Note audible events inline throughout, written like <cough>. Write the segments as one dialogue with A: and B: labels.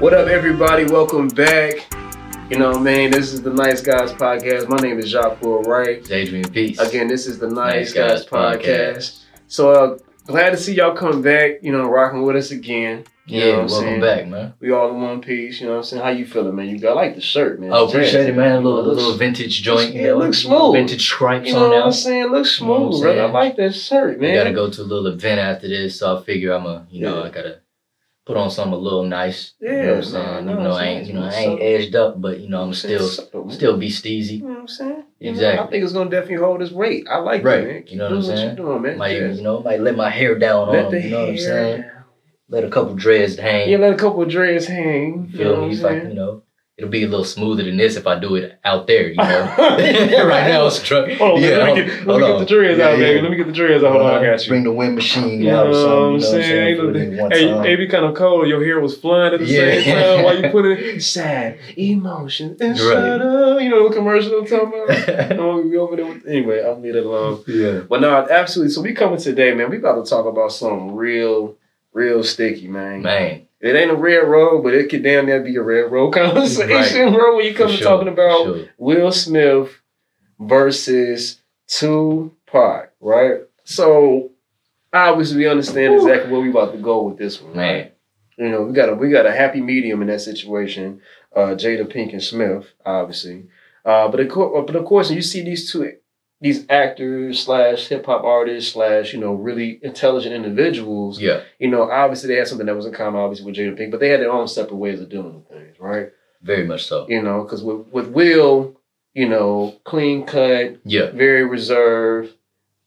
A: What up, everybody? Welcome back. You know, man, this is the Nice Guys Podcast. My name is Jacques Wright.
B: Adrian Peace.
A: Again, this is the Nice, Guys, Podcast. So uh, glad to see y'all come back. You know, rocking with us again. You
B: Yeah,
A: know what I'm
B: welcome
A: saying?
B: back, man.
A: We all in one piece. You know what I'm saying? How you feeling, man? You got I like the shirt, man.
B: I
A: It's
B: Oh, appreciate
A: jazz.
B: it, man. A little,
A: Looks-
B: little vintage joint.
A: it
B: you know,
A: looks smooth.
B: Vintage stripes
A: You know
B: on
A: what I'm
B: now.
A: saying? Looks
B: You know what I'm
A: smooth, brother. I
B: saying?
A: like that shirt,
B: We
A: man.
B: gotta go to a little event after this, so I figure I'm a, you know,
A: Yeah.
B: I gotta put on something a little nice. you
A: Yeah,
B: know what I'm
A: nah,
B: saying?
A: nah,
B: Even though I
A: it's
B: ain't, you know, I
A: nice,
B: ain't
A: man.
B: edged up, but you know, I'm
A: saying?
B: still,
A: Something, man.
B: still be steezy.
A: You know what I'm saying? You know, I
B: Exactly.
A: think it's gonna definitely hold its weight. I like
B: Right.
A: it, man. Keep
B: You know what
A: doing
B: I'm saying?
A: you doing, man.
B: Might, even,
A: Jazz.
B: you know, might let my hair down
A: Let
B: on.
A: the
B: Oh, You know what I'm
A: hair
B: saying?
A: down.
B: Let a couple dreads hang.
A: Yeah, let a couple of dreads hang. You
B: feel
A: know
B: me? If
A: what
B: I,
A: I'm
B: you know, it'll be a little smoother than this if I do it
A: <laughs>
B: out there. You know.
A: saying?
B: <laughs> right now it's truck.
A: Hold on,
B: yeah,
A: let me
B: hold-
A: get, let me
B: hold
A: get
B: on.
A: the dreads
B: Yeah,
A: out,
B: yeah.
A: baby. Let me get the dreads out. Hold on, I got you.
B: Bring the wind machine
A: You
B: out or
A: know what I'm
B: something. You know what I'm saying?
A: saying?
B: For the one
A: Hey,
B: time.
A: it be kind of cold. Your hair was flying at the
B: Yeah.
A: same time while you put
B: <laughs>
A: it sad emotion and
B: You're right.
A: shut up. You know the commercial I'm talking about?
B: <laughs>
A: you know, we over there with, anyway, I'll leave it alone.
B: yeah.
A: But no, absolutely. So we coming today, man. We about to talk about something real, real sticky, man.
B: Man,
A: It ain't a red road, but it could damn near be a red road <laughs> conversation, bro. When you
B: for
A: come to
B: sure,
A: talking
B: for
A: about
B: sure.
A: Will Smith versus Tupac, right? So obviously we understand
B: Whew.
A: exactly where we about to go with this one, right?
B: man,
A: You know, we got a we got a happy medium in that situation. Uh, Jada Pinkett Smith, obviously, uh, but of course, but of course, you see these two, these actors slash hip hop artists slash you know really intelligent individuals.
B: yeah,
A: You know, obviously they had something that was in common, obviously with Jada Pinkett, but they had their own separate ways of dealing with things, right?
B: very much so.
A: You know, because with with Will, you know, clean cut,
B: Yeah,
A: very reserved.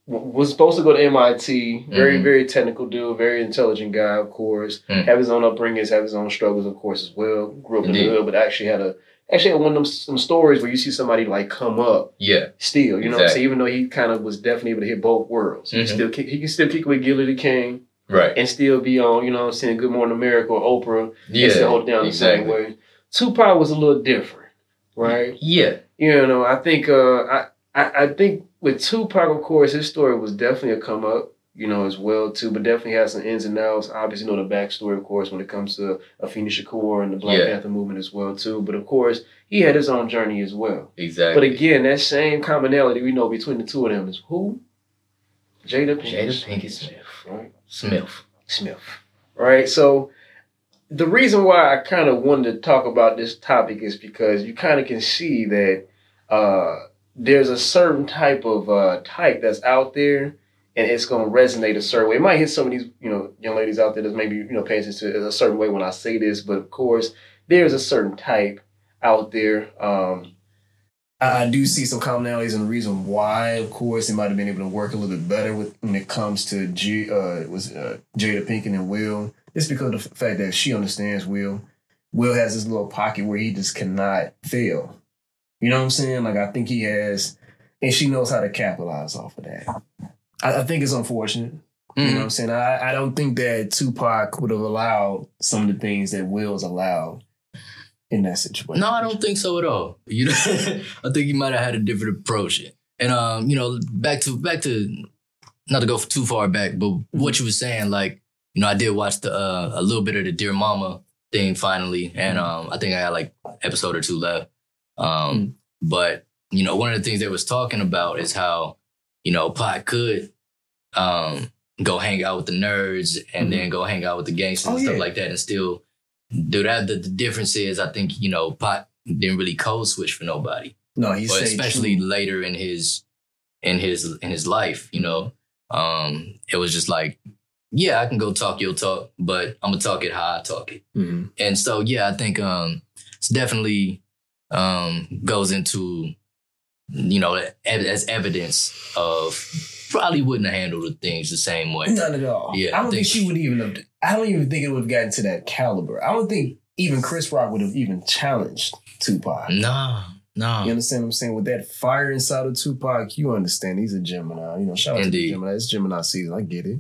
A: w- Was supposed to go to MIT. Very,
B: Mhm.
A: very technical dude. Very intelligent guy, of course.
B: Mm.
A: Have his own upbringings, have his own struggles, of course, as well. Grew up in
B: Indeed.
A: the hood, but actually had a actually had one of them some stories where you see somebody like come up
B: yeah,
A: still. You know what I'm
B: Exactly.
A: saying? Even though he kind of was definitely able to hit both worlds, he
B: Mhm.
A: can still kick, he can still kick with Gilly the King
B: right.
A: and still be on. You know what I'm saying? Good Morning America or Oprah.
B: Yeah,
A: and still hold it down
B: exactly.
A: the same way. Tupac was a little different, right?
B: Yeah,
A: you know, I think uh, I, I I think with Tupac, of course, his story was definitely a come up, you know, as well too, but definitely has some ins and outs. Obviously, know the backstory, of course, when it comes to Afeni Shakur and the Black
B: Yeah.
A: Panther movement as well too. But of course, he had his own journey as well. But
B: exactly.
A: again, that same commonality we know between the two of them is who Jada Pinkett
B: Jada Pinkett Smith.
A: right?
B: Smith.
A: Smith. Right? So the reason why I kind of wanted to talk about this topic is because you kind of can see that uh, there's a certain type of uh, type that's out there and it's going to resonate a certain way. It might hit some of these, you know, young ladies out there that's maybe, you know, paying attention to it a certain way when I say this, but of course, there's a certain type out there. Um, I I do see some commonalities and the reason why, of course, they might have been able to work a little bit better with when it comes to G, uh, was uh, Jada Pinkett and Will. It's because of the fact that she understands Will. Will has this little pocket where he just cannot fail. You know what I'm saying? Like I think he has, and she knows how to capitalize off of that. I, I think it's unfortunate.
B: Mm-hmm.
A: You know what I'm saying? I, I don't think that Tupac would have allowed some of the things that Will's allowed in that situation.
B: No, I don't think so at all. You know, <laughs> I think you might have had a different approach. And um, you know, back to back to not to go too far back, but what you were saying, like, you know, I did watch the uh, a little bit of the Dear Mama thing finally, and um, I think I had like episode or two left. Um,
A: Mhm.
B: but you know, one of the things they was talking about is how you know Pot could um go hang out with the nerds and
A: Mhm.
B: then go hang out with the gangsters
A: Oh,
B: and stuff
A: yeah.
B: like that, and still do that. The, the difference is, I think you know, Pot didn't really code switch for nobody,
A: No, he
B: or
A: stayed
B: especially
A: true.
B: later in his in his in his life. You know, um, it was just like, yeah, I can go talk your talk, but I'm gonna talk it how I talk it.
A: Mhm.
B: And so, yeah, I think um, it's definitely um goes into you know ev- as evidence of probably wouldn't have handled things the same way.
A: None at all.
B: Yeah,
A: I don't
B: I
A: think
B: think-
A: she would even have. I don't even think it would have gotten to that caliber. I don't think even Chris Rock would have even challenged Tupac.
B: Nah, nah.
A: You understand what I'm saying? With that fire inside of Tupac, you understand he's a Gemini. You know, shout out to the
B: Indeed.
A: Gemini. It's Gemini season. I get it.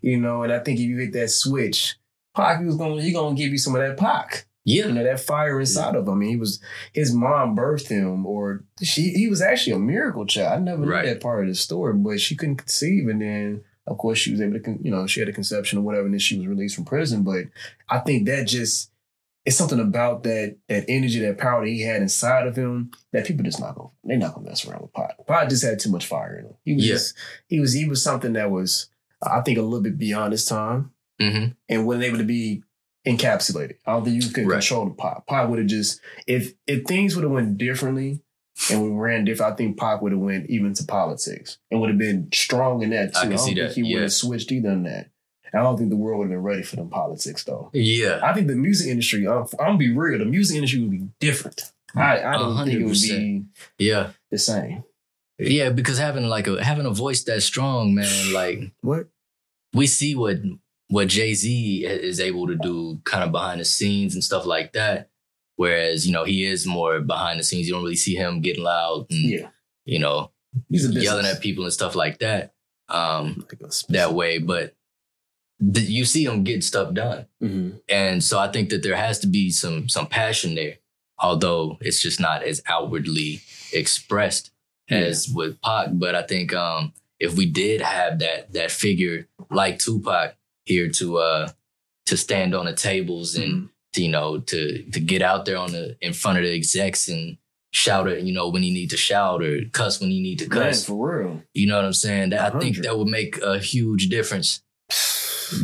A: You know, and I think if you hit that switch, Pac he was gonna he gonna give you some of that Pac. You
B: Yeah,
A: know, that fire inside of him. I mean, he was his mom birthed him, or she he was actually a miracle child. I never
B: Right.
A: knew that part of the story, but she couldn't conceive, and then of course she was able to, con- you know, she had a conception or whatever, and then she was released from prison. But I think that just it's something about that that energy, that power that he had inside of him that people just not gonna they're not gonna mess around with Pod. Pod just had too much fire in him. He was
B: Yeah.
A: just, he was he was something that was I think a little bit beyond his time
B: hmm
A: and wasn't able to be encapsulated. I don't think you could
B: Right.
A: control the Pod. Pod would have just if if things would have went differently and we ran different, I think Pac would have went even to politics and would have been strong in that too.
B: I can
A: don't
B: see
A: think
B: that,
A: he would
B: yeah.
A: have switched either in that. And I don't think the world would have been ready for them politics though.
B: Yeah.
A: I think the music industry, I'm, I'm gonna be real, the music industry would be different. I, I don't think it would
B: 100%.
A: be
B: Yeah.
A: the same.
B: Yeah, because having like a having a voice that strong, man, like
A: What?
B: we see what what Jay Z is able to do, kind of behind the scenes and stuff like that. Whereas you know he is more behind the scenes. You don't really see him getting loud and
A: Yeah.
B: you know
A: He's a business.
B: yelling at people and stuff like that. Um,
A: Like a business.
B: that way, but th- you see him get stuff done,
A: Mhm.
B: and so I think that there has to be some some passion there, although it's just not as outwardly expressed as with Pac. But I think um, if we did have that that figure like Tupac here to uh, to stand on the tables
A: Mm-hmm.
B: and to, you know to to get out there on the in front of the execs and shout it, you know, when you need to shout or cuss when you need to
A: Man,
B: cuss.
A: for real.
B: You know what I'm saying? That, I think
A: 100.
B: that would make a huge difference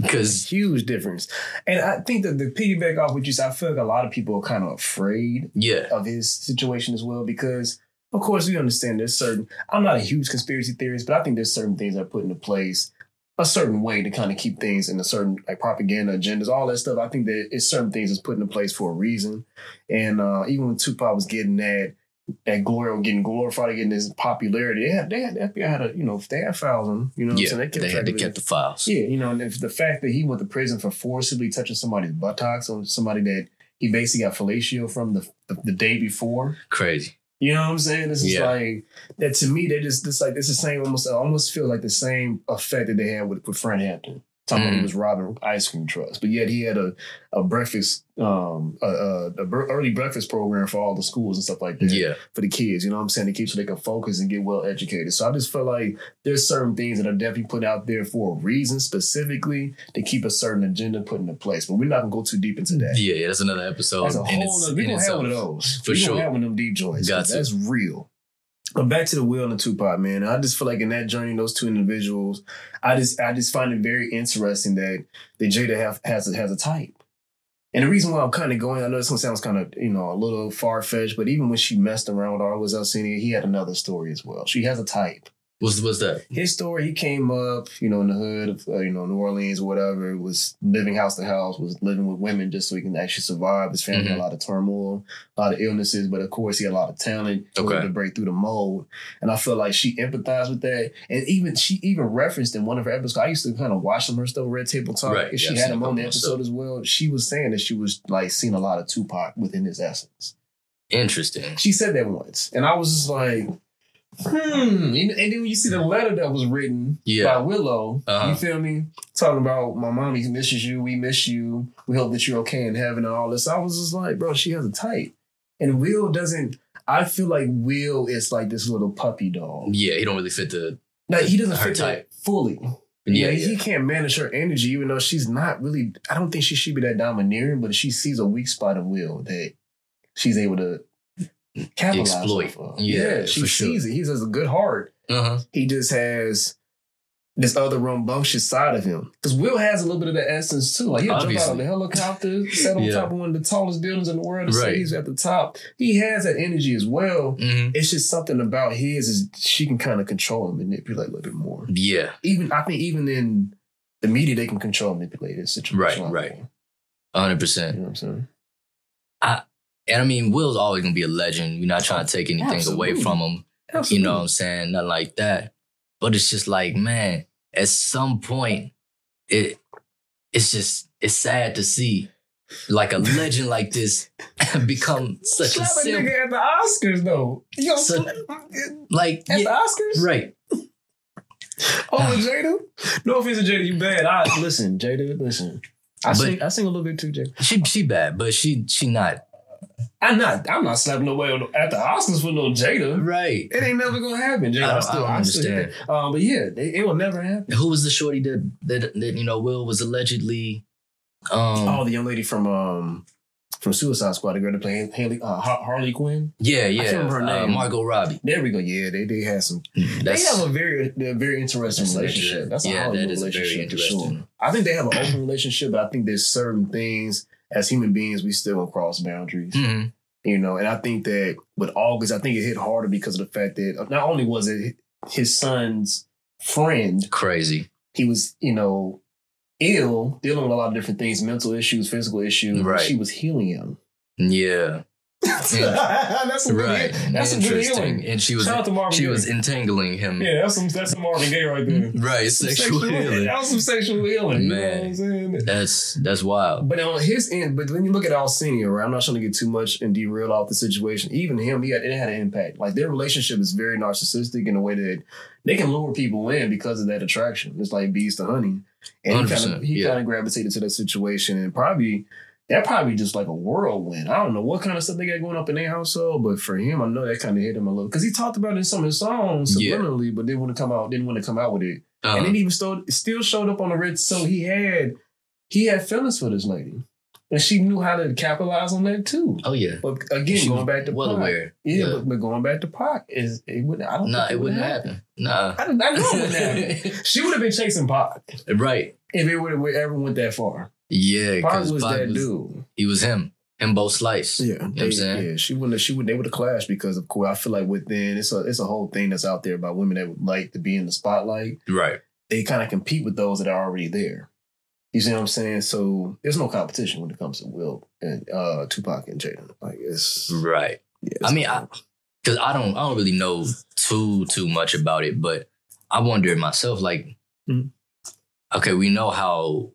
B: because
A: Huge difference. And I think that the piggyback off what you said, I feel like a lot of people are kind of afraid
B: yeah,
A: of his situation as well because of course we understand there's certain I'm not a huge conspiracy theorist, but I think there's certain things that are put into place a certain way to kind of keep things in a certain like propaganda agendas, all that stuff. I think that it's certain things that's put into place for a reason. And uh even when Tupac was getting that that glory or getting glorified or getting his popularity, they had they had the FBI had a you know they had files on him, you know what
B: yeah,
A: I'm saying?
B: they had
A: track
B: to
A: of it.
B: keep the files.
A: Yeah, you know, and if the fact that he went to prison for forcibly touching somebody's buttocks or somebody that he basically got fellatio from the, the, the day before,
B: Crazy.
A: you know what I'm saying? This is
B: Yeah.
A: like that to me. They just this like it's the same almost. I almost feel like the same effect that they had with with Fred Hampton. Talking about he
B: Mhm.
A: was robbing ice cream trucks, but yet he had a a breakfast um a, a, a bre- early breakfast program for all the schools and stuff like that
B: Yeah,
A: for the kids. You know what I'm saying? To keep so they can focus and get well educated. So I just feel like there's certain things that are definitely put out there for a reason specifically to keep a certain agenda put into place. But we're not gonna go too deep into
B: yeah,
A: that.
B: yeah. That's another episode.
A: That's a
B: in
A: whole
B: its-
A: nother. We're
B: in
A: gonna have
B: itself.
A: one of those.
B: For
A: we
B: sure.
A: gonna have one of them deep joints. 'cause
B: Got to.
A: That's real. But back to the Will and Tupac, man. I just feel like in that journey, those two individuals, I just I just find it very interesting that that Jada have, has a, has a type. And the reason why I'm kind of going, I know this one sounds kind of you know a little far fetched, but even when she messed around with Arlo's Alcinia, he had another story as well. She has a type
B: What's what's that?
A: his story he came up you know in the hood of uh, you know new orleans or whatever was living house to house was living with women just so he can actually survive his family
B: Mm-hmm.
A: had a lot of turmoil a lot of illnesses but of course he had a lot of talent was
B: Okay.
A: able to break through the mold and i feel like she empathized with that and even she even referenced in one of her episodes i used to kind of watch some of her stuff red table talk
B: Right,
A: and she
B: yeah, I've
A: had
B: seen
A: him
B: a
A: on the
B: couple of
A: episode as well she was saying that she was like seeing a lot of tupac within his essence
B: Interesting.
A: she said that once and i was just like hmm and and then when you see the letter that was written by
B: Yeah,
A: Willow.
B: Uh-huh.
A: You feel me? Talking about my mommy misses you, we miss you, we hope that you're okay in heaven and all this. I was just like, bro, she has a type. And Will doesn't, I feel like Will is like this little puppy dog.
B: yeah. He don't really fit the.
A: Like he doesn't
B: Her
A: fit
B: type.
A: that fully.
B: Yeah,
A: Yeah,
B: yeah.
A: he can't manage her energy, even though she's not really. I don't think she should be that domineering, but she sees a weak spot of Will that she's able to capitalize
B: Exploit.
A: off of.
B: Yeah,
A: she
B: for sure.
A: sees it. He has a good heart
B: Uh-huh.
A: he just has this other rambunctious side of him. Because Will has a little bit of that essence too. Like he'll
B: Obviously.
A: jump out of the
B: <laughs>
A: helicopter, sat on
B: Yeah.
A: top of one of the tallest buildings in the world, the
B: Right.
A: city's at the top. He has that energy as well.
B: hmm
A: It's just something about his is she can kind of control and manipulate a little bit more.
B: Yeah.
A: Even I think even in the media they can control and manipulate this situation.
B: Right, right.
A: You know
B: hundred percent.
A: what I'm saying?
B: And I mean, Will's always gonna be a legend. We're not trying to take anything away
A: Absolutely.
B: from him. You know what I'm saying? Nothing like that. But it's just like, man, at some point, it it's just it's sad to see like a legend like this <laughs> become such
A: Slap
B: a
A: a
B: symbol.
A: nigga at the Oscars though. You gonna
B: Such-
A: slap
B: Like
A: at
B: yeah,
A: the Oscars?
B: right.
A: <laughs> Oh, and Jada? No offense to Jada, you bad. I listen, Jada, listen. I
B: But-
A: sing I sing a little bit too, Jada.
B: She she bad, but she she not
A: I'm not I'm not slapping away on, at the Oscars for no Jada.
B: right.
A: It ain't never gonna happen, Jada.
B: I
A: I,
B: don't-
A: still
B: I don't
A: I still
B: understand.
A: hit that. Um, but yeah, it, it will never happen.
B: Who was the shorty that that, that you know Will was allegedly um
A: Oh, the young lady from um from Suicide Squad, the girl that played Haley uh, Har- Harley Quinn.
B: Yeah, yeah.
A: can't remember her
B: Uh,
A: name.
B: Margot Robbie.
A: There we go. Yeah, they they had some.
B: That's-
A: they have a very a very interesting
B: that's an
A: relationship.
B: interest-
A: That's a
B: yeah,
A: Hollywood
B: that is a very
A: relationship for sure.
B: interesting.
A: I think they have an open relationship, but I think there's certain things as human beings we still cross boundaries.
B: Mhm.
A: You know, and I think that with August, I think it hit harder because of the fact that uh, not only was it his son's friend,
B: Crazy.
A: he was, you know, ill, dealing with a lot of different things, mental issues, physical issues. but
B: Right.
A: She was healing him.
B: Yeah.
A: <laughs> that's a good,
B: Right.
A: that's a good
B: Interesting.
A: healing.
B: And she was
A: Shout out to Marvin
B: she
A: Gaye.
B: was entangling him. Mm-hmm.
A: Yeah, that's some that's some Marvin Gaye right there.
B: Right.
A: Some
B: <laughs> Sexual healing.
A: That was some sexual healing. You know what
B: Man.
A: I'm saying?
B: That's that's wild.
A: But on his end, but when you look at Alcina, right, I'm not trying to get too much and derail off the situation. Even him, he had, it had an impact. Like their relationship is very narcissistic in a way that they can lure people in because of that attraction. It's like bees to honey, and he kind of
B: 100%,
A: he
B: yeah.
A: kind of gravitated to that situation, and probably that probably just like a whirlwind. I don't know what kind of stuff they got going up in their household, but for him, I know that kind of hit him a little because he talked about it in some of his songs
B: Yeah.
A: subliminally, but didn't want to come out, didn't want to come out with it
B: Uh,
A: and it even still still showed up on the red. So he had he had feelings for this lady, and she knew how to capitalize on that too.
B: oh yeah.
A: But again,
B: She
A: going
B: was
A: back to
B: well
A: Pac,
B: aware.
A: yeah,
B: Yeah.
A: But, but going back to Pac is it would I don't
B: Nah,
A: think
B: it wouldn't
A: would've
B: happen. Nah.
A: happened. I, I know it wouldn't
B: <laughs>
A: happen. She would have been chasing Pac
B: right.
A: if it would ever went that far.
B: Yeah,
A: Pac
B: because
A: was
B: Pac
A: that
B: was-
A: dude.
B: he was him. Himbo Slice.
A: Yeah,
B: what I'm saying?
A: yeah. She wouldn't. Have, she would. They would have clashed because, of course, I feel like within it's a it's a whole thing that's out there about women that would like to be in the spotlight.
B: Right.
A: they kind of compete with those that are already there. You see what I'm saying? So there's no competition when it comes to Will and uh Tupac and Jada. Like it's
B: Right.
A: yeah,
B: I mean, I because I don't I don't really know too too much about it, but I wonder myself, like,
A: Mhm.
B: okay, we know how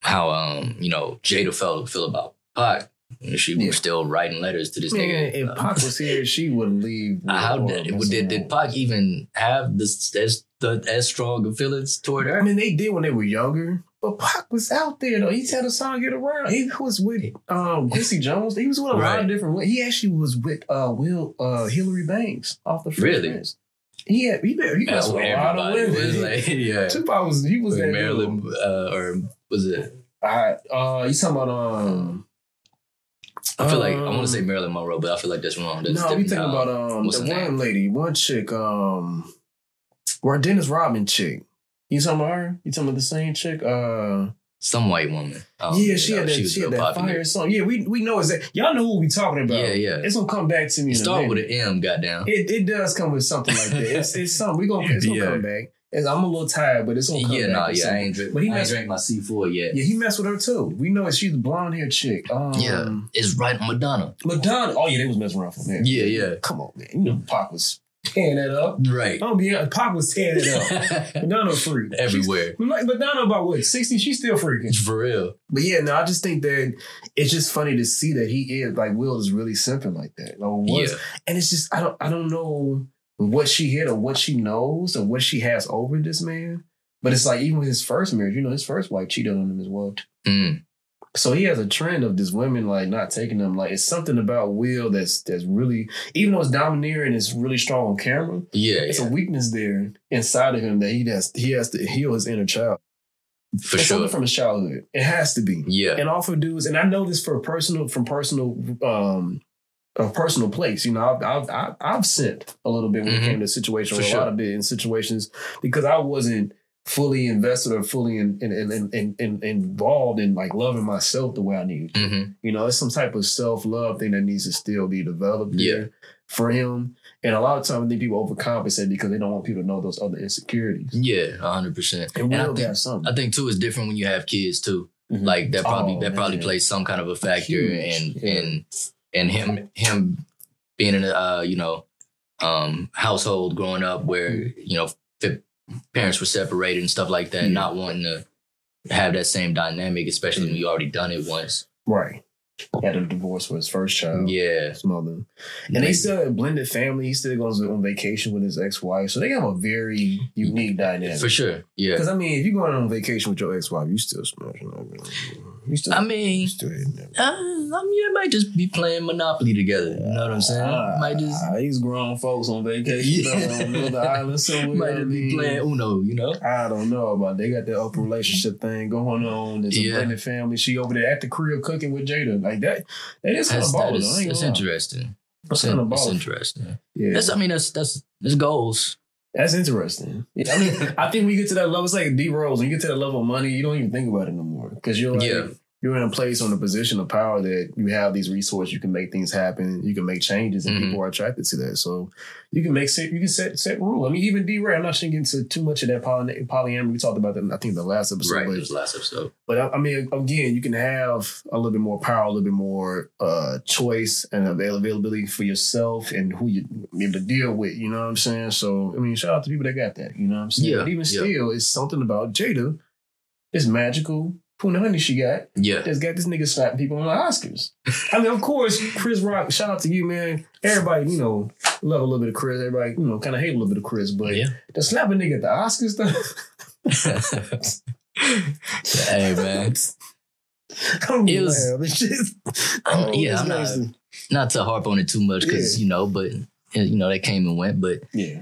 B: how um you know Jada felt feel about Pac. And She
A: Yeah.
B: was still writing letters to this
A: man,
B: nigga.
A: if
B: Uh,
A: Pac was here, she wouldn't leave.
B: how
A: Will or
B: did,
A: mess
B: did did
A: around.
B: Pac even have this as the as strong of feelings toward
A: I
B: her?
A: mean, they did when they were younger, but Pac was out there though. He had a song get around. He was with um Quincy Jones. He was with a lot
B: Right.
A: of different. wo- He actually was with uh Will uh Hillary Banks off the Fresh
B: Really?
A: Prince. He had he, he
B: That's
A: messed with
B: what
A: a lot of
B: everybody was
A: women.
B: like, <laughs> yeah.
A: Tupac was he was
B: Like
A: that dude.
B: Marilyn, uh, or was it?
A: I uh you talking about um
B: I feel like I want
A: um,
B: to say Marilyn Monroe, but I feel like that's wrong. That's
A: No, we thinking
B: uh,
A: about um
B: what's
A: the
B: her
A: one
B: name?
A: lady, one chick, um or Dennis Rodman chick. You talking about her? You talking about the same chick? Uh
B: some white woman. Um,
A: yeah, she had
B: no,
A: that she,
B: real
A: had that fire song. Yeah, we we know exactly y'all know who we talking about.
B: Yeah, yeah.
A: It's gonna come back to me.
B: It
A: in a
B: started with
A: minute.
B: an M, goddamn.
A: It it does come with something like that. It's it's something we
B: <laughs>
A: gonna it's gonna
B: Yeah.
A: come back. It's, I'm a little tired, but it's gonna come
B: Yeah,
A: back.
B: nah,
A: or
B: yeah, I
A: something.
B: ain't, drink,
A: But he
B: I ain't
A: messed-
B: drank my C4 yet.
A: Yeah, he messed with her too. We know it. She's the blonde hair chick. Um,
B: Yeah. It's right, Madonna.
A: Madonna. Oh yeah, they was messing around for that.
B: Yeah, yeah.
A: Come on, man. You know Pac was tearing that up.
B: Right.
A: Don't be Pac was tearing it
B: <laughs>
A: up. Madonna freak.
B: Everywhere.
A: She's- Like Madonna about what, 60? She's still freaking.
B: <laughs> For real.
A: But yeah, no, I just think that it's just funny to see that he is like Will is really simping like that. Or was.
B: Yeah.
A: And it's just I don't I don't know what she hit or what she knows or what she has over this man. But it's like even with his first marriage, you know, his first wife cheated on him as well.
B: Mm.
A: So he has a trend of just women like not taking them. Like it's something about Will that's that's really even though it's domineering and it's really strong on camera,
B: Yeah,
A: it's
B: yeah,
A: a weakness there inside of him that he has he has to heal his inner child.
B: for
A: it's
B: sure.
A: something from his childhood. It has to be.
B: yeah.
A: And all for dudes, and I know this for personal from personal um a personal place. You know, I've I've I've, I've sent a little bit when
B: Mhm.
A: it came to situation
B: For
A: or a
B: sure.
A: lot of bit in situations because I wasn't fully invested or fully in, in, in, in, in, in involved in like loving myself the way I needed.
B: Mm-hmm.
A: You know, it's some type of self love thing that needs to still be developed
B: Yeah.
A: there for him. And a lot of times, I think people overcompensate because they don't want people to know those other insecurities.
B: Yeah, 100%.
A: And
B: And I
A: Will
B: think,
A: got something.
B: I think, too, it's different when you have kids, too.
A: Mhm.
B: like that probably
A: Oh,
B: that probably
A: man.
B: plays some kind of a factor
A: Huge,
B: and
A: yeah.
B: and and him him being in a uh, you know um household growing up where
A: Mm-hmm.
B: you know the parents were separated and stuff like that
A: Yeah.
B: not wanting to have that same dynamic especially
A: Mm-hmm.
B: when you already done it once
A: Right. Had a divorce for his first child.
B: yeah
A: His mother. Oh. And they still have a blended family. He still goes on vacation with his ex wife. So they have a very unique dynamic.
B: for sure yeah
A: Because, I mean, if you're going on vacation with your ex wife, you still smashing. I mean,
C: We still,
B: I mean,
C: we still in there.
B: uh, I mean, they might just be playing Monopoly together. You know what I'm saying? might just
A: Ah, these grown folks on vacation
B: Yeah.
A: yeah. on another island somewhere.
B: might
A: I
B: just be
A: mean,
B: playing Uno. You know?
A: I don't know about. They got that open relationship thing going on. There's
B: Yeah.
A: a blended family. She over there at the crib cooking with Jada. Like that. That is kind of
B: That's,
A: baller.
B: that
A: though.
B: is,
A: I ain't
B: that's
A: gonna lie.
B: interesting.
A: That's
B: That's,
A: kind of
B: that's
A: baller.
B: interesting.
A: Yeah.
B: That's I mean that's that's
A: <laughs>
B: that's goals.
A: That's interesting. Yeah, I
B: <laughs>
A: mean, I think we get to that level. It's like D Rose. When you get to that level of money, you don't even think about it no more because you're like
B: Yeah.
A: you're in a place on a position of power that you have these resources. You can make things happen. You can make changes, and
B: Mhm.
A: people are attracted to that. So you can make set. You can set set rule. I mean, even D Ray. I'm not going into too much of that poly, polyamory. We talked about that. in, I think the last episode.
B: Right.
A: But
B: This last episode.
A: but I, I mean, again, you can have a little bit more power, a little bit more uh, choice and avail- availability for yourself and who you be able to deal with. You know what I'm saying? So, I mean, shout out to people that got that. You know what I'm saying?
B: Yeah,
A: but even
B: yeah.
A: still, it's something about Jada, this magical punani she got
B: Yeah. <laughs>
A: that's got this nigga slapping people on the Oscars. I mean, of course, Chris Rock. Shout out to you, man. Everybody, you know, love a little bit of Chris. Everybody, you know, kind of hate a little bit of Chris, but
B: Yeah.
A: to slap a nigga at the Oscars, <laughs> though.
B: hey man.
A: I'm
B: It was-
A: laughing. It's just- oh,
B: I'm- yeah,
A: it's
B: I'm not-
A: nasty.
B: Not to harp on it too much because you know, but you know they came and went. But
A: Yeah.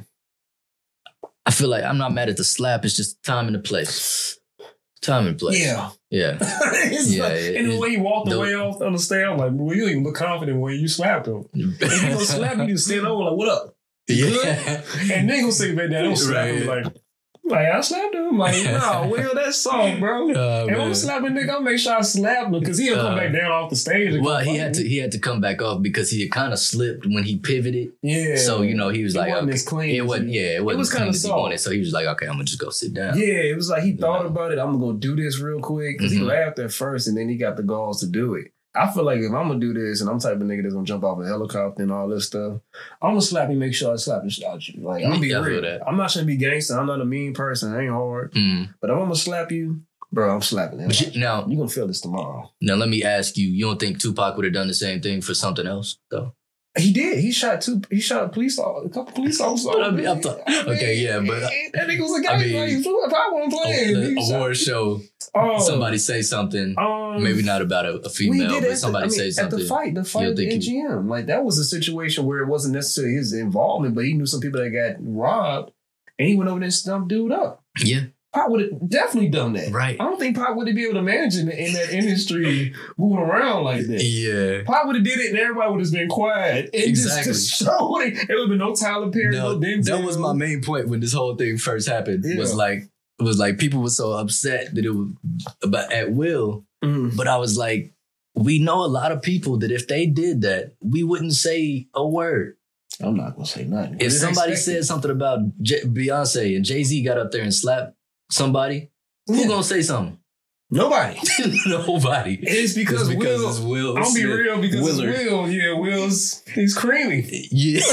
B: I feel like I'm not mad at the slap. It's just time and the place. Time and place.
A: Yeah. <laughs>
B: Yeah.
A: It's
B: Yeah,
A: like-
B: it-
A: and the
B: it-
A: way you walked
B: the-
A: away off on the stand, I'm like, well, you didn't even look confident when you slapped him. If you gonna slap
B: <laughs>
A: you, just stand over like, what up?
B: Yeah. <laughs>
A: And nigga sit back down, don't slap him.
B: Right.
A: Like, like, I slapped him. I'm
B: <laughs>
A: like, nah, Will, that's soft, bro.
B: Oh,
A: If I'm
B: man.
A: slapping nigga, I'll make sure I slap him because he'll come
B: Uh,
A: back down off the stage. and
B: Well,
A: come
B: he
A: fight
B: had
A: me.
B: to he had to come back off because he had kind of slipped when he pivoted.
A: Yeah.
B: So you know he was
A: It
B: like,
A: wasn't
B: okay.
A: as clean
B: it
A: as
B: wasn't.
A: you-
B: Yeah, it wasn't
A: was
B: as
A: kinda
B: clean as he
A: soft.
B: wanted. So he was like, okay, I'm gonna just go sit down.
A: Yeah, it was like he thought
B: Yeah.
A: about it. I'm gonna do this real quick because he
B: Mhm.
A: laughed at first, and then he got the balls to do it. I feel like if I'm gonna do this, and I'm the type of nigga that's gonna jump off a helicopter and all this stuff, I'm gonna slap you, make sure I slap and shit out you. Like I'm gonna be
B: Yeah, I feel
A: real.
B: that.
A: I'm not gonna be gangster. I'm not a mean person. I ain't hard,
B: Mm.
A: but if I'm gonna slap you, bro. I'm slapping him.
B: But you, now
A: You gonna feel this tomorrow.
B: Now let me ask you: You don't think Tupac would have done the same thing for something else, though?
A: He did. He shot two. He shot a police officer, a couple police officers.
B: But I mean, I thought- okay, yeah, but-
A: that nigga was a guy.
B: I
A: I
B: mean,
A: like, if I wasn't playing,
B: A-
A: he
B: a
A: shot-
B: award show,
A: Oh,
B: somebody say something,
A: um,
B: maybe not about a, a
A: We
B: female,
A: did
B: but
A: at
B: somebody
A: the, I mean,
B: say
A: At
B: something.
A: the fight, the fight
B: You'll
A: at the
B: think you-
A: NGM. Like that was a situation where it wasn't necessarily his involvement, but he knew some people that got robbed and he went over there and stumped dude up.
B: Yeah,
A: Pop would have definitely done that.
B: Right.
A: I don't think Pop would have been able to manage in, in that industry <laughs> moving around like that.
B: yeah.
A: Pop would have did it and everybody would have been quiet. And
B: Exactly.
A: just, just <laughs> showed it. There would have been no Tyler Perry, no,
B: No,
A: Denzel.
B: that was my main point when this whole thing first happened.
A: Yeah.
B: Was like was like people were so upset that it was about at will,
A: Mm.
B: but I was like, we know a lot of people that if they did that, we wouldn't say a word.
A: I'm not gonna say nothing.
B: if
A: It's
B: somebody
A: expected.
B: said something about J- Beyonce and Jay Z got up there and slapped somebody, who
A: Yeah.
B: gonna say something? <laughs>
A: nobody,
B: Nobody.
A: it's because,
B: It's
A: Will.
B: it's Will.
A: I'll be
B: Smith.
A: real because
B: Willard.
A: it's Will. Yeah, Will's he's creamy.
B: Yeah. <laughs>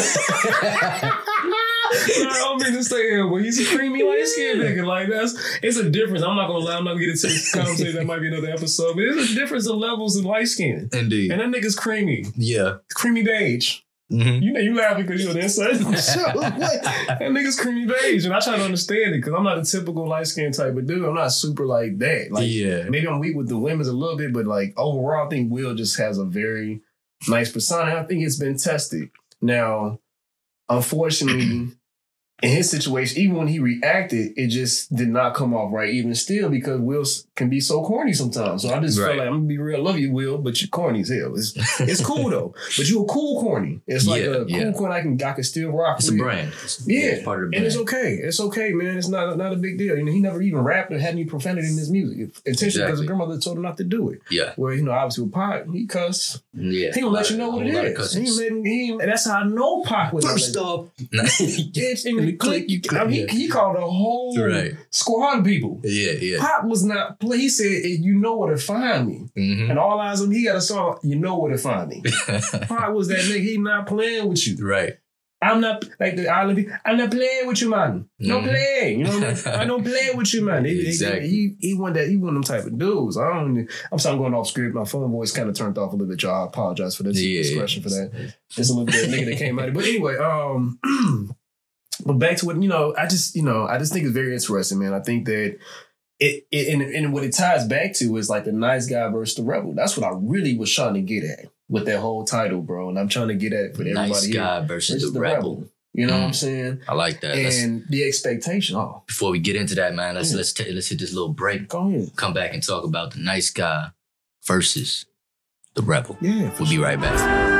A: I don't mean to say him, but he's a creamy light skinned nigga. Like that's it's a difference. I'm not gonna lie, I'm not gonna get into this conversation. That might be another episode, but there's a difference in levels in light skin.
B: Indeed.
A: And that nigga's creamy.
B: Yeah.
A: Creamy beige.
B: Mhm.
A: You know you laughing because you're the inside of the show. What? <laughs> That nigga's creamy beige. And I try to understand it because I'm not a typical light skin type of dude. I'm not super like that. Like
B: yeah.
A: maybe I'm weak with the women's a little bit, but like overall, I think Will just has a very nice persona. I think it's been tested. Now, unfortunately, in his situation, even when he reacted, it just did not come off right. Even still, because Will s- can be so corny sometimes. So I just feel
B: Right.
A: like I'm gonna be real. Love you, Will, but you're corny as hell. It's, it's
B: <laughs>
A: cool though, but you a cool corny. It's like
B: Yeah,
A: a cool
B: yeah.
A: corny. I can I can still rock.
B: It's a
A: with.
B: brand. It's-
A: Yeah,
B: it's part of the
A: And it's
B: brand.
A: okay. It's okay, man. It's not not a big deal. You know, he never even rapped or had any profanity in his music intentionally because his
B: Exactly.
A: grandmother told him not to do it.
B: Yeah.
A: Well, you know, obviously with Pac, he cuss.
B: Yeah.
A: He gonna let you know what
B: A
A: it
B: whole lot of
A: is. He
B: cussings.
A: let he, and that's how I know Pac was
B: First <laughs>
A: like,
B: off,
A: bitch in the click.
B: you click,
A: I mean, he, he called a whole
B: right.
A: squad of people.
B: Yeah. Yeah.
A: Pop was not. play- He said, "You know where to find me."
B: hmm
A: And all eyes on him. He got a song. You know where to find me. Pop was that nigga. He not playing with you.
B: <laughs> right.
A: I'm not like the island. people, I'm not playing with you, man. No
B: Mhm.
A: play. You know, what I mean? I don't play with you, man. They- they- they-
B: Exactly.
A: he he one that he one of them type of dudes. I don't. I'm sorry, I'm going off script. My phone voice kind of turned off a little bit, y'all. I apologize for this
B: Yeah.
A: discretion for that. It's a little bit of nigga that came out. of it. But anyway, um, <clears throat> but back to what you know. I just you know I just think it's very interesting, man. I think that it, it and, and what it ties back to is like the nice guy versus the rebel. That's what I really was trying to get at with that whole title, bro. And I'm trying to get at for everybody
B: nice
A: here.
B: guy versus,
A: versus
B: the,
A: the
B: rebel.
A: You know what
B: Mm.
A: I'm saying?
B: I like that. Let's,
A: And the expectation. Oh,
B: before we get into that, man, let's
A: Yeah.
B: let's ta- let's hit this little break.
A: go ahead.
B: Come back and talk about the nice guy versus the rebel.
A: Yeah.
B: We'll be right back.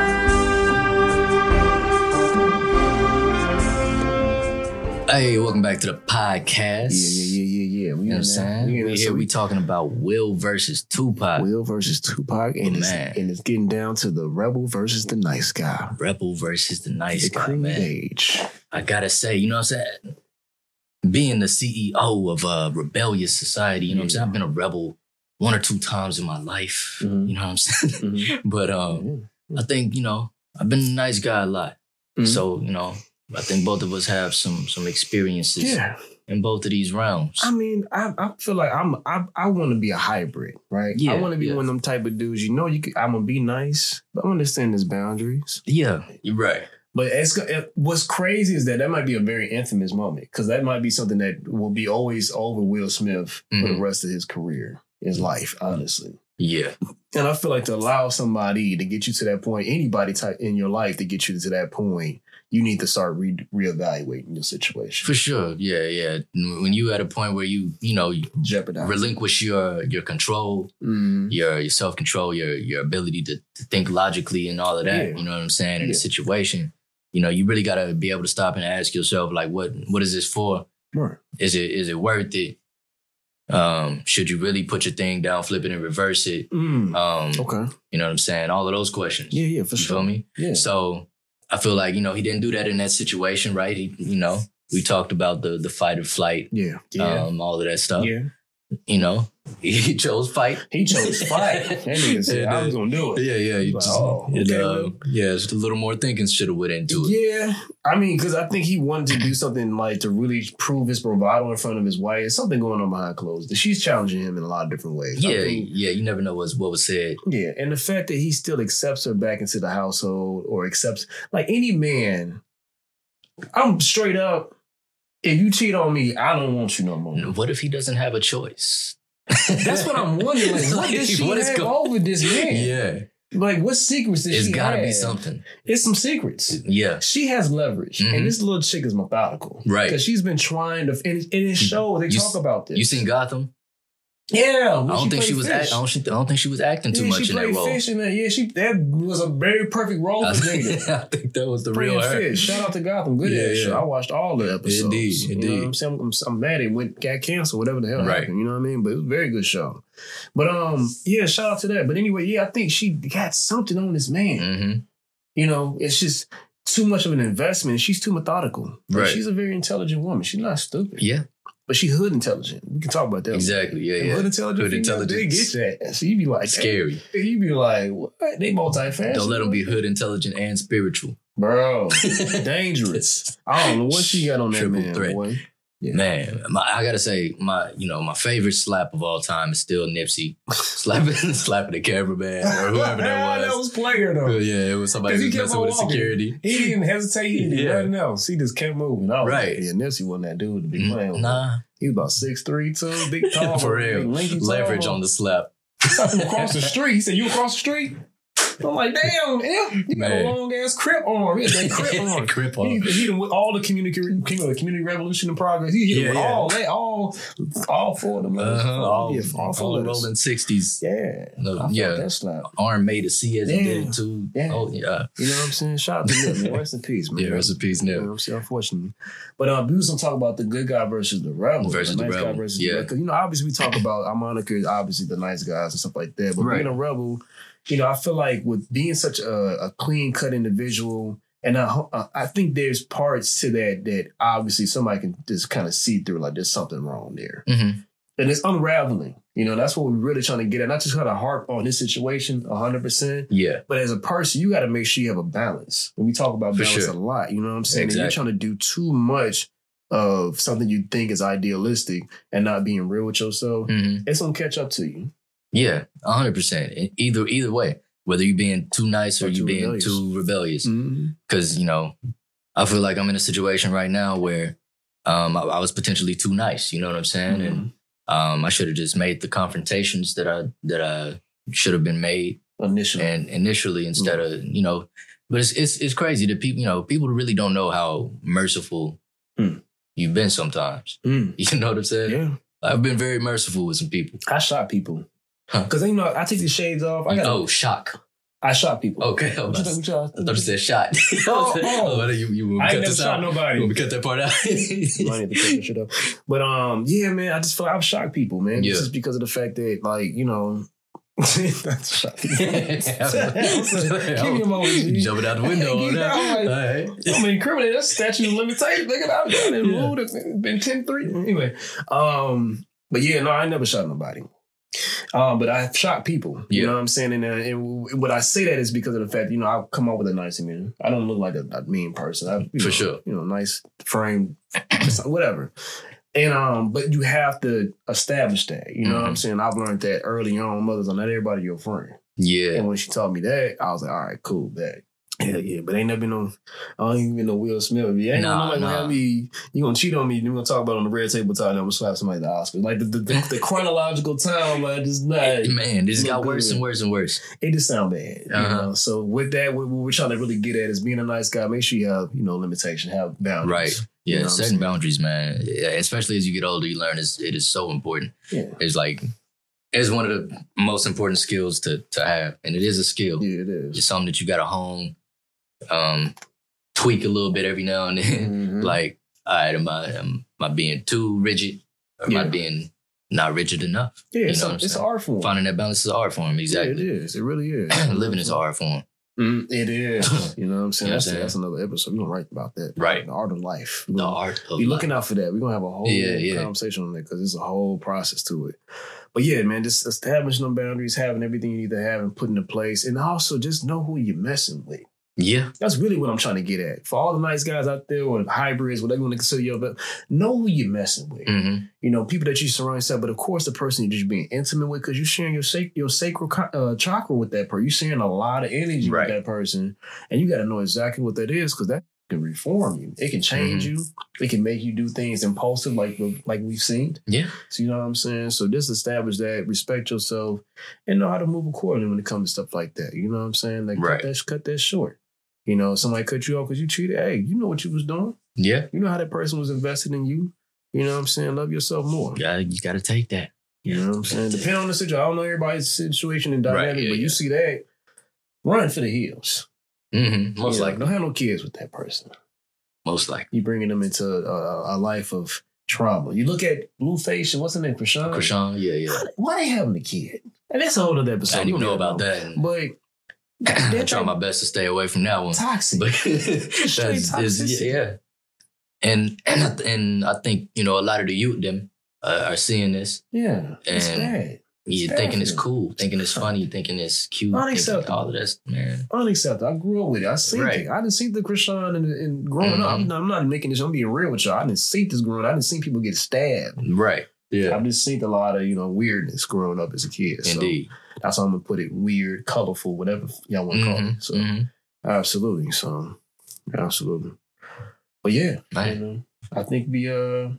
B: Hey, welcome back to the
A: Yeah, yeah,
B: podcast.
A: yeah, yeah, yeah. We
B: You know what I'm saying?
A: We, in
B: We
A: there.
B: here,
A: So
B: we talking about Will versus Tupac.
A: Will versus Tupac, and it's,
B: Man.
A: and it's getting down to the rebel versus the nice guy.
B: Rebel versus the nice
A: the
B: guy,
A: Creed
B: man.
A: Age.
B: I gotta say, you know what I'm saying? Being the CEO of a rebellious society, you know what I'm saying? I've been a rebel one or two times in my life.
A: Mhm.
B: You know what I'm saying? <laughs> But um, I think, you know, I've been a nice guy a lot.
A: Mhm.
B: So, you know, I think both of us have some some experiences
A: Yeah,
B: in both of these realms.
A: I mean, I, I feel like I'm I, I want to be a hybrid, right?
B: Yeah,
A: I want to be
B: yeah.
A: one of them type of dudes. You know, you could, I'm gonna be nice, but I'm understand his boundaries.
B: yeah, you're right.
A: But it's go- it, what's crazy is that that might be a very infamous moment because that might be something that will be always over Will Smith for
B: Mhm.
A: the rest of his career,
B: Mm-hmm.
A: his life, honestly.
B: Yeah.
A: And I feel like to allow somebody to get you to that point, anybody type in your life to get you to that point, you need to start re- reevaluating your situation.
B: For sure. Yeah, yeah. When you at a point where you, you know, you
A: Jeopardize.
B: relinquish your your control,
A: Mm.
B: your your self control, your your ability to, to think logically and all of that.
A: Yeah.
B: You know what I'm saying? In a
A: Yeah.
B: situation, you know, you really gotta be able to stop and ask yourself, like, what what is this for?
A: Right.
B: Is it is it worth it? Um, should you really put your thing down, flip it and reverse it?
A: Mm.
B: Um,
A: Okay.
B: you know what I'm saying? All of those questions.
A: Yeah, yeah, for
B: you
A: sure.
B: feel me?
A: Yeah.
B: So I feel like, you know, he didn't do that in that situation, right? He, you know, we talked about the the fight or flight,
A: Yeah.
B: um, all of that stuff.
A: yeah.
B: You know, <laughs> he chose fight.
A: He chose fight. that nigga said,
B: Yeah,
A: I was going to do it.
B: Yeah, yeah. you
A: Like,
B: just-
A: oh,
B: it,
A: okay,
B: uh,
A: well.
B: yeah, it's just a little more thinking should have went into it.
A: Yeah. I mean, because I think he wanted to do something like to really prove his bravado in front of his wife. There's something going on behind closed. doors. She's challenging him in a lot of different ways. I
B: Yeah,
A: think
B: yeah. You never know what's, what was said.
A: Yeah, and the fact that he still accepts her back into the household or accepts like any man, I'm straight up. If you cheat on me, I don't want you no more.
B: What if he doesn't have a choice?
A: That's what
B: <laughs>
A: I'm wondering. Like, what does she
B: What is
A: have
B: go-
A: over this man?
B: Yeah,
A: Like, what secrets does
B: it's
A: she
B: got to be
A: have?
B: something.
A: It's some secrets.
B: Yeah,
A: She has leverage,
B: Mhm.
A: and this little chick is methodical,
B: Right.
A: Because she's been trying to, and, and it shows. They
B: You
A: talk
B: s-
A: about this.
B: you seen Gotham?
A: yeah.
B: I
A: when
B: don't think
A: played
B: she was.
A: Fish.
B: Act, I, don't, think- I don't think she was acting too
A: yeah,
B: much
A: she
B: in that
A: played
B: role.
A: Fish in that. Yeah, she that was a very perfect role
B: <laughs> I <laughs>
A: for Jada.
B: think, I think that was the real
A: Friend
B: her.
A: Fish. Shout out to Gotham. Good
B: Yeah,
A: ass
B: yeah.
A: show. I watched all the episodes.
B: Indeed,
A: You know
B: indeed.
A: what I'm saying? I'm, I'm mad it went got canceled, whatever the hell
B: Right.
A: happened. You know what I mean? But it was a very good show. But um, yeah, shout out to that. But anyway, yeah, I think she got something on this man.
B: hmm
A: You know, it's just too much of an investment. She's too methodical. Like,
B: Right.
A: she's a very intelligent woman. She's not stupid.
B: Yeah,
A: But she hood intelligent. We can talk about that.
B: exactly. Yeah, yeah.
A: Hood intelligent.
B: Hood
A: Hood intelligent.
B: intelligence.
A: Get that. So you be like,
B: Scary.
A: damn. You be like, what? They multifaceted.
B: Don't let them be hood intelligent and spiritual. <laughs>
A: Bro, dangerous. I don't know what she got on that
B: Triple
A: man,
B: threat.
A: boy.
B: Man, my, I gotta say, my you know my favorite slap of all time is
A: <laughs>
B: still Nipsey slapping <laughs> slapping the cameraman <laughs> or
A: <laughs>
B: whoever that was.
A: player though.
B: yeah, it was somebody
A: 'Cause
B: who
A: he
B: was
A: kept
B: messing
A: on
B: with the
A: walking.
B: security.
A: He didn't hesitate. He did
B: Yeah.
A: nothing else. He just kept moving. I was
B: Right.
A: Like, yeah, Nipsey wasn't that dude to be playing. with.
B: Mm-hmm. Nah,
A: He was about 6'3", too, big tall.
B: <laughs> for real. Leverage on the slap.
A: across
B: <laughs>
A: the street. He said, "You across the street." I'm like, damn, Em, you got
B: Man.
A: a long ass crip arm. He had that crip
B: <laughs>
A: arm.
B: Crip
A: He,
B: on.
A: he done with all the community community revolution in progress. He hit
B: Yeah,
A: with
B: yeah.
A: all that, all all four of them.
B: Uh-huh. All,
A: yeah, all
B: all
A: four
B: the
A: of those.
B: rolling sixties.
A: Yeah, I
B: No,
A: felt
B: yeah,
A: that slap.
B: arm made a C as it
A: Yeah.
B: did too.
A: Yeah.
B: Oh yeah,
A: You know what I'm saying? Shout out
B: <laughs>
A: to Nip. Rest in peace, man.
B: yeah. Recipes
A: You know
B: now.
A: what I'm saying? Unfortunately. But um, we was gonna talk about the good guy versus the rebel.
B: Versus the
A: nice guy
B: rebel,
A: versus
B: yeah.
A: the rebel. You know, obviously we talk about our moniker is obviously the nice guys and stuff like that. But
B: Right.
A: being a rebel, you know, I feel like with being such a, a clean cut individual, and I ho- uh, I- I think there's parts to that that obviously somebody can just kind of see through, like there's something wrong there
B: Mm-hmm.
A: and it's unraveling. You know, that's what we're really trying to get at. Not just kind of harp on this situation 100%,
B: Yeah,
A: but as a person, you got to make sure you have a balance. And we talk about
B: For
A: balance
B: sure.
A: a lot. You know what I'm saying? And
B: Exactly.
A: you're trying to do too much of something you think is idealistic and not being real with yourself.
B: hmm
A: It's gonna catch up to you.
B: yeah. hundred percent. E, Either either way, whether you being too nice or,
A: Or
B: you
A: too
B: being
A: rebellious.
B: too rebellious,
A: Mm-hmm.
B: because you know, I feel
A: Mm-hmm.
B: like I'm in a situation right now where um I, I was potentially too nice. You know what I'm saying? And Um, I should have just made the confrontations that I that I should have been made
A: Initially.
B: and initially instead of you know. But it's it's it's crazy that people you know people really don't know how merciful
A: Mm.
B: you've been sometimes. <laughs>
A: Mm.
B: You know what I'm saying?
A: Yeah.
B: I've been very merciful with some people.
A: I shot people.
B: Huh.
A: Cause you know, I take the shades off. I got
B: oh, shock.
A: I shot people.
B: Okay, I
A: What you think-
B: was-
A: what y'all-
B: I thought you said shot. <laughs>
A: Oh, oh.
B: oh, you you want me
A: I ain't
B: to cut
A: never
B: this
A: shot
B: out? You
A: nobody.
B: want me to cut that part
A: I
B: out? <laughs>
A: need to cut that shit up. But um, yeah, man, I just feel like I've shocked people, man.
B: Yeah.
A: This is because of the fact that, like, you know, <laughs> that's shot <laughs> people. Give me a moment. G.
B: Jumping out
A: <laughs>
B: the window on that.
A: Yeah, I'm
B: All
A: like,
B: right.
A: I'm incriminated. That's statute of limitations. Nigga, I've done it.
B: Yeah.
A: Ruled. It's been 10 3. Anyway. Um, but yeah, no, I ain't never shot nobody. Um, but I've shot people. You
B: Yeah.
A: know what I'm saying? And, uh, and what I say that is because of the fact, you know, I've come up with a nice image. I don't look like a, a mean person. I, you
B: For
A: know,
B: sure.
A: You know, nice frame, <clears throat> whatever. And um, but you have to establish that. You know
B: Mm-hmm.
A: what I'm saying? I've learned that early on. Mothers are not everybody your friend.
B: Yeah.
A: And when she told me that, I was like, all right, cool, bet. Hell yeah, but ain't never been no, I don't even been no Will Smith. Yeah, ain't
B: Nah,
A: nah, nobody gonna
B: nah.
A: have me. You gonna cheat on me? You gonna talk about it on the red table talk? And I'm gonna slap somebody at the Oscars. Like the the, the, the chronological time, like just not. It
B: Man, this
A: Look
B: got worse
A: good.
B: and worse and worse.
A: just sound bad.
B: Uh-huh.
A: You know? So with that, what, what we're trying to really get at is being a nice guy. Make sure you have you know limitation, have boundaries.
B: Right. Yeah,
A: You know what I'm
B: setting
A: saying?
B: boundaries, man. Yeah, Especially as you get older, you learn is it is so important.
A: Yeah.
B: It's like it's one of the most important skills to to have, and it is a skill.
A: Yeah, it is.
B: It's something that you got to hone, um, tweak a little bit every now and <laughs> then.
A: Mhm.
B: Like, all right, am I am, I being too rigid, or am I
A: Yeah.
B: being not rigid enough?
A: yeah,
B: you
A: it's,
B: know
A: a,
B: what I'm
A: it's an
B: saying?
A: art form.
B: Finding that balance is an art form,
A: Yeah, it
B: exactly.
A: is. It really is.
B: <clears throat> Living is an art form.
A: Mm, it is. <laughs> You know what I'm saying?
B: You know what I'm
A: that's,
B: saying?
A: that's another episode. We're going to write about that.
B: Right.
A: The art of life.
B: The art of
A: Be
B: life.
A: looking out for that. We're going to have a whole
B: Yeah, yeah.
A: conversation on that because it's a whole process to it. But yeah, man, just establishing them boundaries, having everything you need to have and put into place. And also just know who you're messing with.
B: Yeah,
A: That's really what I'm trying to get at. For all the nice guys out there or hybrids, whatever you want to consider your, but know who you're messing with.
B: hmm
A: You know, people that you surround yourself, but of course, the person you're just being intimate with because you're sharing your, sac- your sacral co- uh, chakra with that person. You're sharing a lot of energy
B: Right.
A: with that person, and you got to know exactly what that is because that can reform you. It can change
B: Mm-hmm.
A: you. It can make you do things impulsive, like we- like we've seen.
B: yeah,
A: So you know what I'm saying. So just establish that, respect yourself, and know how to move accordingly when it comes to stuff like that. You know what I'm saying? Like cut
B: Right.
A: that cut that short. You know, somebody cut you off because you cheated. Hey, you know what you was doing.
B: yeah.
A: You know how that person was invested in you. You know what I'm saying? Love yourself more.
B: You gotta, you gotta take that.
A: You know what I'm saying? Depending on the situation. I don't know everybody's situation and
B: Right,
A: dynamic,
B: yeah,
A: but
B: yeah.
A: you see that, run for the hills.
B: Mm-hmm. Most
A: You know,
B: likely,
A: Don't have no kids with that person.
B: most likely.
A: you bringing them into a, a, a life of trauma. You look at Blueface and what's his name? Krishan.
B: Krishan, yeah, yeah.
A: Why they having a kid? And that's a whole other episode.
B: I didn't even
A: We
B: know
A: don't
B: about that. and <clears throat>
A: But
B: I
A: they're
B: try my best to stay away from that one.
A: toxic.
B: But <laughs> that's, is,
A: toxicity.
B: yeah, yeah. And <clears throat> and I, and I think you know a lot of the youth them uh, are seeing this.
A: yeah, it's
B: And-
A: bad.
B: You're thinking it's
A: Definitely.
B: cool, thinking it's funny, thinking it's cute, thinking
A: Unacceptable.
B: all of that, man.
A: Unacceptable. I grew up with it. I seen
B: Right. Mm-hmm.
A: it. I didn't see the Krishan and, and growing up. I'm not, I'm not making this. I'm being real with y'all. I didn't see this growing. up. I didn't see people get stabbed.
B: Right. Yeah.
A: I've just seen a lot of you know weirdness growing up as a kid. So
B: Indeed.
A: that's how I'm gonna put it: weird, colorful, whatever y'all want to call
B: Mhm,
A: it. So
B: mhm.
A: absolutely, so absolutely. But yeah, you
B: Man,
A: know, I think we uh, I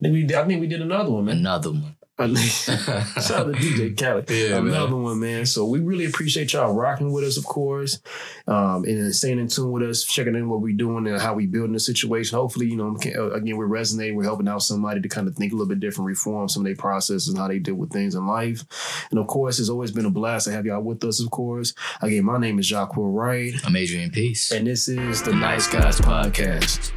A: think we I think we did another one,
B: <laughs>
A: man.
B: Another one.
A: I think- Shout out
B: <laughs>
A: to DJ Khaled.
B: Yeah,
A: Another
B: man.
A: one, man. So we really appreciate y'all rocking with us, of course, um, and staying in tune with us, checking in what we're doing and how we building the situation. Hopefully, you know, we can- uh, again, we're resonating, we're helping out somebody to kind of think a little bit different, reform some of their processes and how they deal with things in life. And of course, it's always been a blast to have y'all with us. Of course, again, my name is Jacques Wright,
B: I'm Adrian Peace.
A: and this is the
B: The
A: Nice Guys Podcast.